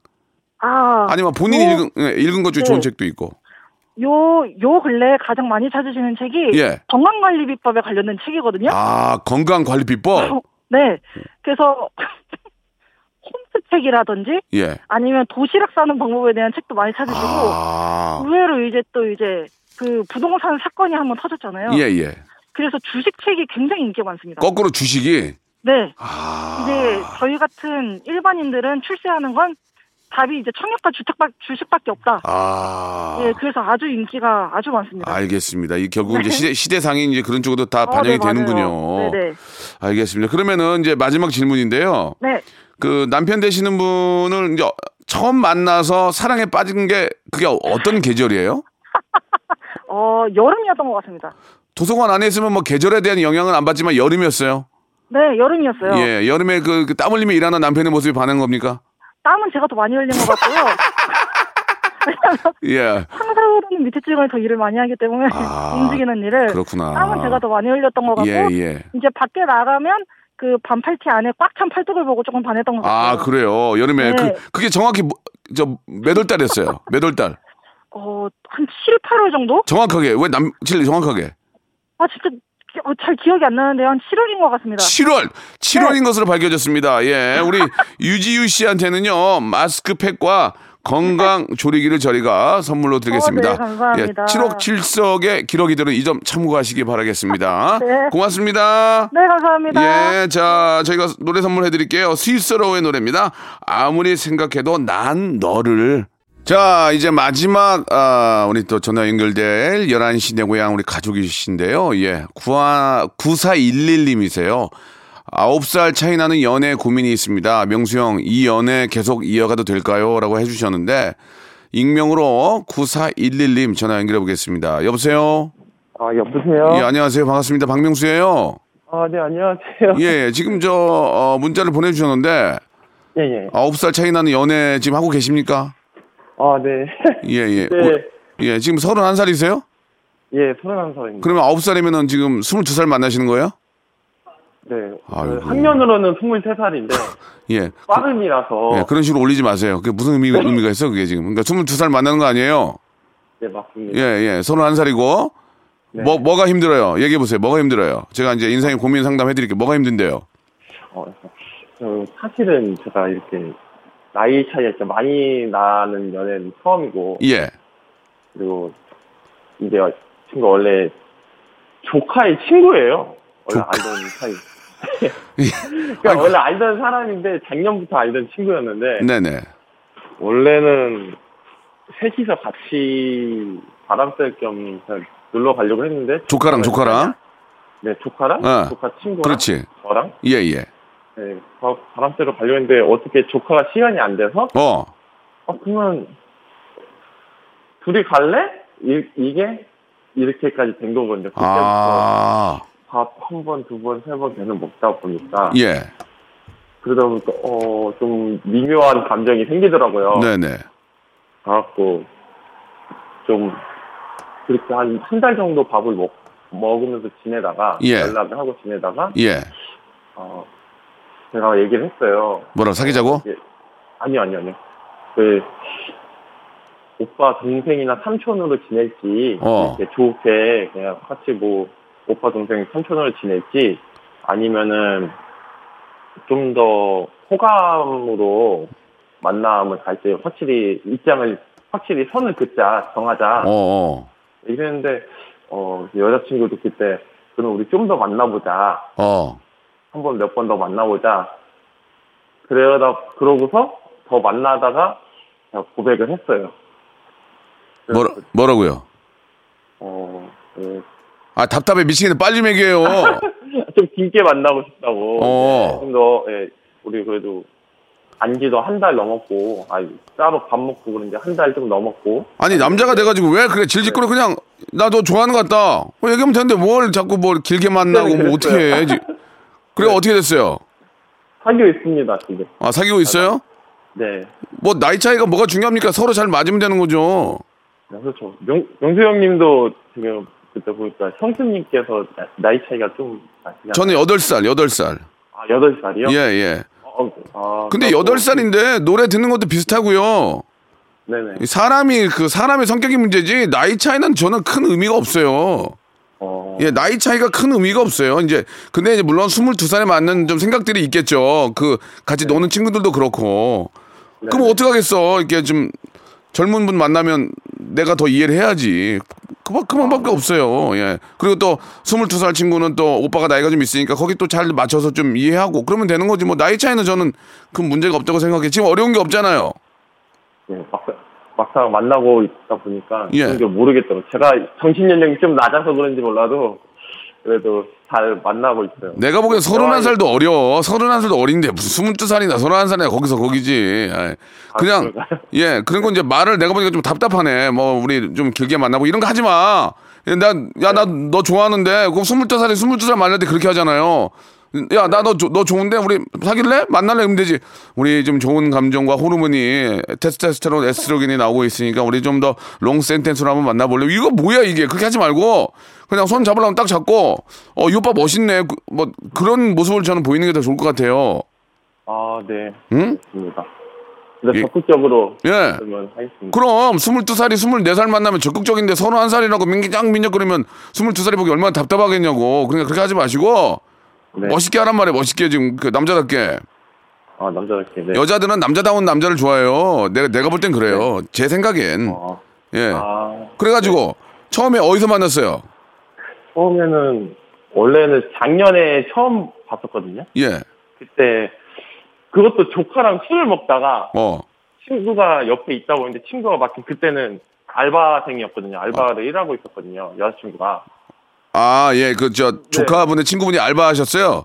Speaker 6: 아
Speaker 3: 아니면 본인이
Speaker 6: 요,
Speaker 3: 읽은 예, 읽은 것 중에
Speaker 6: 네.
Speaker 3: 좋은 책도 있고.
Speaker 6: 요, 요 근래 가장 많이 찾으시는 책이
Speaker 3: 예.
Speaker 6: 건강관리비법에 관련된 책이거든요.
Speaker 3: 아 건강 관리 비법.
Speaker 6: *laughs* 네, 그래서 *laughs* 홈트 책이라든지
Speaker 3: 예.
Speaker 6: 아니면 도시락 싸는 방법에 대한 책도 많이 찾으시고
Speaker 3: 아.
Speaker 6: 의외로 이제 또 이제 그 부동산 사건이 한번 터졌잖아요.
Speaker 3: 예, 예.
Speaker 6: 그래서 주식 책이 굉장히 인기가 많습니다.
Speaker 3: 거꾸로 주식이.
Speaker 6: 네.
Speaker 3: 아.
Speaker 6: 이제 저희 같은 일반인들은 출세하는 건 답이 이제 청약과 주택 박 주식밖에 없다.
Speaker 3: 아.
Speaker 6: 예, 그래서 아주 인기가 아주 많습니다.
Speaker 3: 알겠습니다. 이 결국 이제 시대 시대상이 이제 그런 쪽으로 다
Speaker 6: 어,
Speaker 3: 반영이
Speaker 6: 네, 맞아요.
Speaker 3: 되는군요.
Speaker 6: 네, 네.
Speaker 3: 알겠습니다. 그러면은 이제 마지막 질문인데요.
Speaker 6: 네.
Speaker 3: 그 남편 되시는 분을 이제 처음 만나서 사랑에 빠진 게 그게 어떤 계절이에요?
Speaker 6: 어, 여름이었던 것 같습니다.
Speaker 3: 도서관 안에 있으면 뭐 계절에 대한 영향은 안 받지만 여름이었어요.
Speaker 6: 네, 여름이었어요.
Speaker 3: 예, 여름에 그 땀 흘리며 일하는 남편의 모습이 반한 겁니까?
Speaker 6: 땀은 제가 더 많이 흘린
Speaker 3: *laughs*
Speaker 6: 것 같고요.
Speaker 3: 예,
Speaker 6: 상사보다는 밑에 직원이 더 일을 많이 하기 때문에
Speaker 3: 아,
Speaker 6: *laughs* 움직이는 일을
Speaker 3: 그렇구나.
Speaker 6: 땀은 제가 더 많이 흘렸던 것 같고
Speaker 3: 예, 예.
Speaker 6: 이제 밖에 나가면 그 반팔티 안에 꽉 찬 팔뚝을 보고 조금 반했던 것 같아요.
Speaker 3: 아 그래요. 여름에
Speaker 6: 네.
Speaker 3: 그 그게 정확히 뭐- 저 몇월 달이었어요? 몇월 달?
Speaker 6: 어, 한 7, 8월 정도?
Speaker 3: 정확하게 왜남 정확하게
Speaker 6: 아, 진짜 기- 어, 잘 기억이 안 나는데 한 7월인 것 같습니다. 네.
Speaker 3: 7월 7월인 것으로 밝혀졌습니다. 예,
Speaker 6: *laughs*
Speaker 3: 우리 유지유 씨한테는요 마스크팩과
Speaker 6: *laughs*
Speaker 3: 건강 조리기를 저희가 선물로 드리겠습니다.
Speaker 6: 어, 네, 감사합니다.
Speaker 3: 예, 7억 7석의 기록이들은 이 점 참고하시기 바라겠습니다.
Speaker 6: *laughs* 네.
Speaker 3: 고맙습니다.
Speaker 6: 네, 감사합니다.
Speaker 3: 예, 자 저희가 노래 선물해드릴게요. 스위스로의 노래입니다. 아무리 생각해도 난 너를. 자 이제 마지막 아, 우리 또 전화 연결될 11시 내 고향 우리 가족이신데요. 예, 9화 9411님이세요. 9살 차이 나는 연애 고민이 있습니다. 명수 형, 이 연애 계속 이어가도 될까요? 라고 해주셨는데, 익명으로 9411님 전화 연결해 보겠습니다. 여보세요?
Speaker 9: 아, 여보세요?
Speaker 3: 예, 안녕하세요. 반갑습니다. 박명수예요
Speaker 9: 아, 네, 안녕하세요.
Speaker 3: 예, 지금 저, 어, 문자를 보내주셨는데,
Speaker 9: 예, 예.
Speaker 3: 9살 차이 나는 연애 지금 하고 계십니까?
Speaker 9: 아, 네. *laughs*
Speaker 3: 예, 예.
Speaker 9: 네.
Speaker 3: 오- 예, 지금 31살이세요?
Speaker 9: 예, 서른한 살입니다.
Speaker 3: 그러면 9살이면은 지금 22살 만나시는 거예요?
Speaker 9: 네.
Speaker 3: 아이고.
Speaker 9: 그 학년으로는 23살인데,
Speaker 3: *laughs* 예.
Speaker 9: 어. 빠름이라서.
Speaker 3: 예, 그런 식으로 올리지 마세요. 그게 무슨 의미, 의미가 있어, 그게 지금. 그러니까 22살 만나는 거 아니에요?
Speaker 9: 네, 맞습니다.
Speaker 3: 예, 예. 31살이고. 뭐, 뭐가 힘들어요? 얘기해보세요. 뭐가 힘들어요? 제가 이제 인생의 고민 상담 해드릴게요. 뭐가 힘든데요?
Speaker 9: 어, 저 사실은 제가 이렇게 나이 차이가 이렇게 많이 나는 연애는 처음이고,
Speaker 3: 예.
Speaker 9: 그리고 이제 친구 원래 조카의 친구예요. 원래 알던
Speaker 3: *laughs*
Speaker 9: 사이.
Speaker 3: 예.
Speaker 9: *laughs* 그러니까 원래 알던 사람인데 작년부터 알던 친구였는데
Speaker 3: 네네.
Speaker 9: 원래는 셋이서 같이 바람 쐴겸 그냥 놀러 가려고 했는데
Speaker 3: 조카랑, 조카랑.
Speaker 9: 네 조카랑
Speaker 3: 어.
Speaker 9: 조카 친구랑
Speaker 3: 그렇지.
Speaker 9: 저랑
Speaker 3: 예, 예.
Speaker 9: 네, 바- 바람 쐬러 가려고 했는데 어떻게 조카가 시간이 안 돼서
Speaker 3: 어.
Speaker 9: 아 그러면 둘이 갈래? 이, 이게 이렇게까지 된 거거든요. 그때부터
Speaker 3: 아.
Speaker 9: 밥 한 번, 두 번, 세 번 계속 먹다 보니까
Speaker 3: 예.
Speaker 9: 그러다 보니까 어 좀 미묘한 감정이 생기더라고요.
Speaker 3: 네네.
Speaker 9: 가갖고 좀 그렇게 한 한 달 정도 밥을 먹 먹으면서 지내다가
Speaker 3: 예.
Speaker 9: 연락을 하고 지내다가
Speaker 3: 예.
Speaker 9: 어 제가 얘기를 했어요.
Speaker 3: 뭐라 사귀자고?
Speaker 9: 아니요 아니요 아니요. 그 오빠 동생이나 삼촌으로 지낼지
Speaker 3: 어.
Speaker 9: 이렇게 네, 좋게 그냥 같이 뭐 오빠 동생 삼촌으로 지낼지 아니면은 좀 더 호감으로 만남을 갈 때 확실히 입장을 확실히 선을 긋자 정하자
Speaker 3: 어, 어.
Speaker 9: 이랬는데 어 여자친구도 그때 그럼 우리 좀 더 만나보자
Speaker 3: 어.
Speaker 9: 한 번 몇 번 더 만나보자 그러다 그러고서 더 만나다가 제가 고백을 했어요
Speaker 3: 뭐라, 뭐라고요?
Speaker 9: 어, 어좀
Speaker 3: 아, 답답해. 미치겠네. 빨리 먹여요.
Speaker 9: 길게 만나고 싶다고
Speaker 3: 어.
Speaker 9: 좀더 예, 우리 그래도 안지도 한 달 넘었고 아 따로 밥 먹고 그런 게 한 달 좀 넘었고
Speaker 3: 아니, 남자가 돼가지고 왜 그래? 질질끌어 그냥, 나 너 좋아하는 것 같다. 뭐 얘기하면 되는데 뭘 자꾸 뭘 길게 만나고 뭐 어떻게 해. 지- 그래,
Speaker 9: 네.
Speaker 3: 어떻게 됐어요?
Speaker 9: 사귀고 있습니다 지금
Speaker 3: 아, 사귀고 있어요?
Speaker 9: 네
Speaker 3: 뭐 나이 차이가 뭐가 중요합니까? 서로 잘 맞으면 되는 거죠.
Speaker 9: 네, 그렇죠. 명, 명수 형님도 지금 그때 보니까 형수님께서 나- 나이 차이가 좀 나시잖아요.
Speaker 3: 저는 8살, 8살.
Speaker 9: 아, 8살이요?
Speaker 3: 예, 예.
Speaker 9: 어, 아,
Speaker 3: 근데
Speaker 9: 그렇고.
Speaker 3: 8살인데 노래 듣는 것도 비슷하고요.
Speaker 9: 네네.
Speaker 3: 이 사람이 그 사람의 성격이 문제지 나이 차이는 저는 큰 의미가 없어요.
Speaker 9: 어,
Speaker 3: 예, 나이 차이가 큰 의미가 없어요. 이제 근데 이제 물론 22살에 맞는 좀 생각들이 있겠죠. 그 같이
Speaker 9: 네.
Speaker 3: 노는 친구들도 그렇고. 그럼 어떡 하겠어? 이렇게 좀 젊은 분 만나면 내가 더 이해를 해야지. 그만
Speaker 9: 아.
Speaker 3: 그만밖에 없어요. 예. 그리고 또 22살 친구는 또 오빠가 나이가 좀 있으니까 거기 또 잘 맞춰서 좀 이해하고 그러면 되는 거지. 뭐 나이 차이는 저는 큰 문제가 없다고 생각해. 지금 어려운 게 없잖아요.
Speaker 9: 예, 막상, 막상 만나고 있다 보니까
Speaker 3: 예.
Speaker 9: 그런 게 모르겠더라고요. 제가 정신 연령이 좀 낮아서 그런지 몰라도 그래도 잘 만나고 있어요.
Speaker 3: 내가 보기엔 서른한 살도 어려. 서른한 살도 어린데 무슨 스물두 살이나 서른한 살이나 거기서 거기지. 아이, 그냥
Speaker 9: 그런가요?
Speaker 3: 예 그런 거 이제 말을 내가 보니까 좀 답답하네. 뭐 우리 좀 길게 만나고 이런 거 하지 마. 예, 나야 나 너 좋아하는데 그 스물두 살이 스물두 살 만날 때 그렇게 하잖아요. 야 나 너 너 좋은데 우리 사귈래? 만날래? 그러면 되지. 우리 좀 좋은 감정과 호르몬이 테스토스테론, 에스트로겐이 나오고 있으니까 우리 좀 더 롱 센텐스로 한번 만나볼래? 이거 뭐야 이게? 그렇게 하지 말고 그냥 손 잡으려면 딱 잡고 어 이 오빠 멋있네. 그- 뭐 그런 모습을 저는 보이는 게 더 좋을 것 같아요.
Speaker 9: 아, 네.
Speaker 3: 응?
Speaker 9: 좋습니다. 근데
Speaker 3: 예.
Speaker 9: 적극적으로
Speaker 3: 예.
Speaker 9: 그러면 하겠습니다.
Speaker 3: 그럼 22살이 24살 만나면 적극적인데 31살이라고 민기짱 민혁거리면 22살이 보기 얼마나 답답하겠냐고. 그러니까 그렇게 하지 마시고
Speaker 9: 네.
Speaker 3: 멋있게 하란 말이에요. 멋있게 지금 그 남자답게.
Speaker 9: 아, 남자답게. 네.
Speaker 3: 여자들은 남자다운 남자를 좋아해요. 내가 내가 볼 땐 그래요. 제 생각엔.
Speaker 9: 아,
Speaker 3: 예.
Speaker 9: 네. 아,
Speaker 3: 그래 가지고 처음에 어디서 만났어요?
Speaker 9: 처음에는 원래는 작년에 처음 봤었거든요.
Speaker 3: 예.
Speaker 9: 그때 그것도 조카랑 술을 먹다가
Speaker 3: 어.
Speaker 9: 친구가 옆에 있다 보는데 친구가 마침 그때는 알바생이었거든요. 알바를 일하고 있었거든요. 여자친구가.
Speaker 3: 아, 예. 그 저 조카분의 친구분이 알바하셨어요?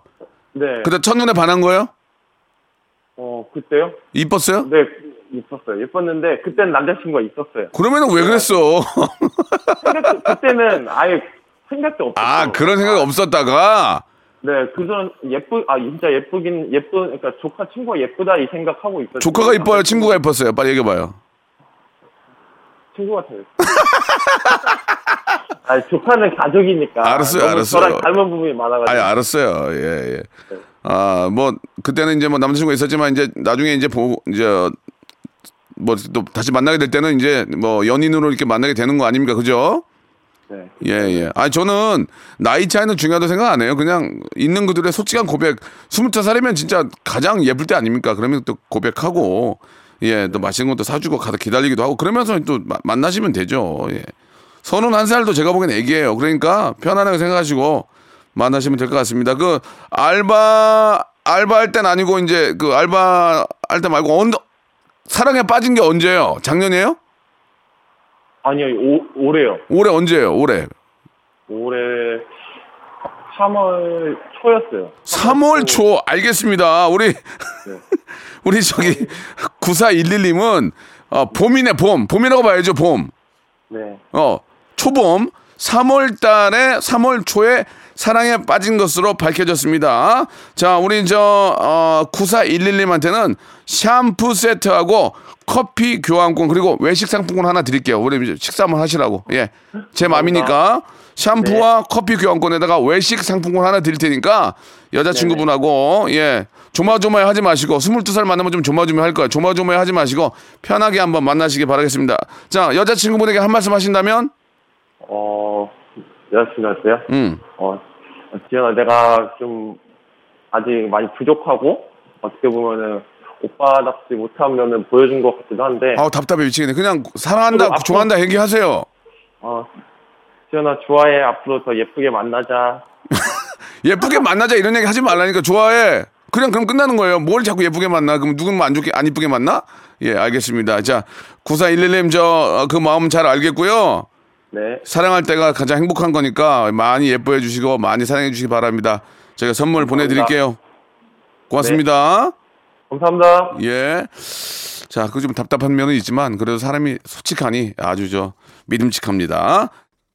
Speaker 9: 네.
Speaker 3: 그때 첫눈에 반한 거예요?
Speaker 9: 어 그때요?
Speaker 3: 이뻤어요?
Speaker 9: 네. 있었어요. 예뻤는데 그때는 남자친구가 있었어요.
Speaker 3: 그러면은 왜 그랬어? *laughs*
Speaker 9: 생각, 그때는 아예 생각도 없었어요.
Speaker 3: 아 그런 생각이 없었다가
Speaker 9: 네, 그전 예쁘 아 진짜 예쁘긴 예쁜 그러니까 조카 친구가 예쁘다 이 생각하고 있었어요.
Speaker 3: 조카가 이뻐요, 친구가 이뻤어요. 빨리 얘기해봐요.
Speaker 9: 친구 같아요. *laughs* 아 조카는 가족이니까.
Speaker 3: 알았어요,
Speaker 9: 너무
Speaker 3: 알았어요.
Speaker 9: 저랑 닮은 부분이 많아가지고.
Speaker 3: 아예 알았어요. 예 예. 아 뭐 그때는 이제 뭐 남자친구가 있었지만 이제 나중에 이제 보고 이제 뭐 또 다시 만나게 될 때는 이제 뭐 연인으로 이렇게 만나게 되는 거 아닙니까, 그죠?
Speaker 9: 네.
Speaker 3: 예, 예. 아니, 저는 나이 차이는 중요하다고 생각 안 해요. 그냥 있는 그들의 솔직한 고백. 25살이면 진짜 가장 예쁠 때 아닙니까? 그러면 또 고백하고, 예,
Speaker 9: 네.
Speaker 3: 또 맛있는 것도 사주고 가서 기다리기도 하고, 그러면서 또 마- 만나시면 되죠. 예. 서른 한 살도 제가 보기엔 애기예요. 그러니까 편안하게 생각하시고 만나시면 될 것 같습니다. 그 알바, 알바할 땐 아니고, 이제 그 알바 할 때 말고, 언, 사랑에 빠진 게 언제예요? 작년이에요?
Speaker 9: 아니요, 오, 올해요.
Speaker 3: 올해 언제예요? 올해.
Speaker 9: 올해 3월 초였어요.
Speaker 3: 3월 초 알겠습니다. 우리 *laughs* 우리 저기 9411님은 어, 봄이네 봄 봄이라고 봐야죠 봄.
Speaker 9: 네.
Speaker 3: 어 초봄 3월 달에 3월 초에 사랑에 빠진 것으로 밝혀졌습니다. 자 우리 저 어, 9411님한테는 샴푸 세트하고 커피 교환권 그리고 외식 상품권 하나 드릴게요. 우리 이제 식사 한번 하시라고 예 제 맘이니까
Speaker 9: 네.
Speaker 3: 샴푸와 커피 교환권에다가 외식 상품권 하나 드릴 테니까 여자친구분하고 예 조마조마 하지 마시고 22살 만나면 좀 조마조마 할 거야 조마조마 하지 마시고 편하게 한번 만나시기 바라겠습니다 자 여자친구분에게 한 말씀 하신다면
Speaker 9: 어, 여자친구였어요?
Speaker 3: 음
Speaker 9: 어, 지현아, 내가 좀 아직 많이 부족하고, 어떻게 보면은, 오빠답지 못한 면을 보여준 것 같기도 한데,
Speaker 3: 아우 답답해 미치겠네 그냥 사랑한다
Speaker 9: 앞으로-
Speaker 3: 좋아한다 얘기하세요
Speaker 9: 어, 지현아, 좋아해. 앞으로 더 예쁘게 만나자.
Speaker 3: 예쁘게 만나자 이런 얘기 하지 말라니까 좋아해. 그냥 그럼 끝나는 거예요. 뭘 자꾸 예쁘게 만나? 그럼 누군 안 좋게 안 이쁘게 만나? 예, 알겠습니다. 자, 9411님 저 그 마음 잘 알겠고요.
Speaker 9: 네.
Speaker 3: 사랑할 때가 가장 행복한 거니까 많이 예뻐해 주시고 많이 사랑해 주시기 바랍니다. 제가 선물 보내 드릴게요. 고맙습니다.
Speaker 9: 감사합니다.
Speaker 3: 예. 자, 그 좀 답답한 면은 있지만 그래도 사람이 솔직하니 아주 저 믿음직합니다.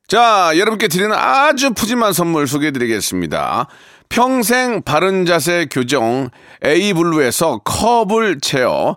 Speaker 3: 자, 여러분께 드리는 아주 푸짐한 선물 소개해 드리겠습니다. 평생 바른 자세 교정 에이블루에서 컵을 채워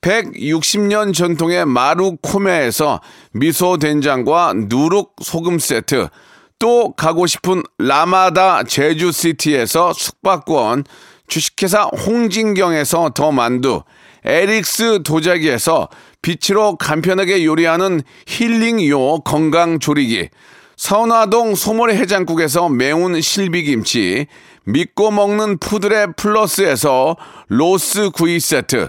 Speaker 3: 160년 전통의 마루코메에서 미소 된장과 누룩 소금 세트, 또 가고 싶은 라마다 제주시티에서 숙박권, 주식회사 홍진경에서 더 만두, 에릭스 도자기에서 빛으로 간편하게 요리하는 힐링요 건강조리기, 선화동 소머리해장국에서 매운 실비김치, 믿고 먹는 푸드의 플러스에서 로스 구이 세트,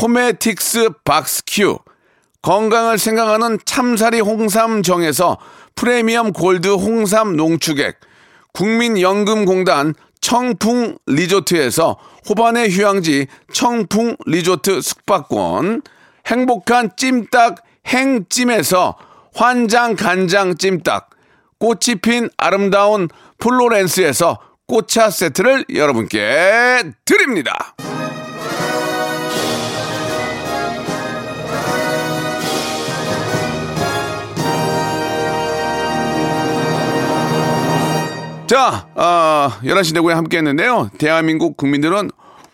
Speaker 3: 호메틱스 박스 큐, 건강을 생각하는 참사리 홍삼정에서 프리미엄 골드 홍삼 농축액, 국민연금공단 청풍 리조트에서 호반의 휴양지 청풍 리조트 숙박권, 행복한 찜닭 행찜에서 환장 간장 찜닭, 꽃이 핀 아름다운 플로렌스에서 꽃차 세트를 여러분께 드립니다. 자, 어, 11시 내고에 함께 했는데요. 대한민국 국민들은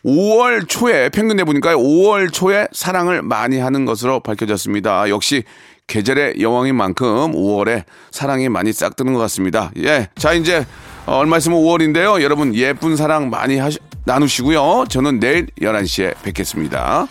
Speaker 3: 5월 초에, 평균 내보니까 5월 초에 사랑을 많이 하는 것으로 밝혀졌습니다. 역시 계절의 여왕인 만큼 5월에 사랑이 많이 싹 드는 것 같습니다. 예. 자, 이제 어, 얼마 있으면 5월인데요. 여러분 예쁜 사랑 많이 하시, 나누시고요. 저는 내일 11시에 뵙겠습니다.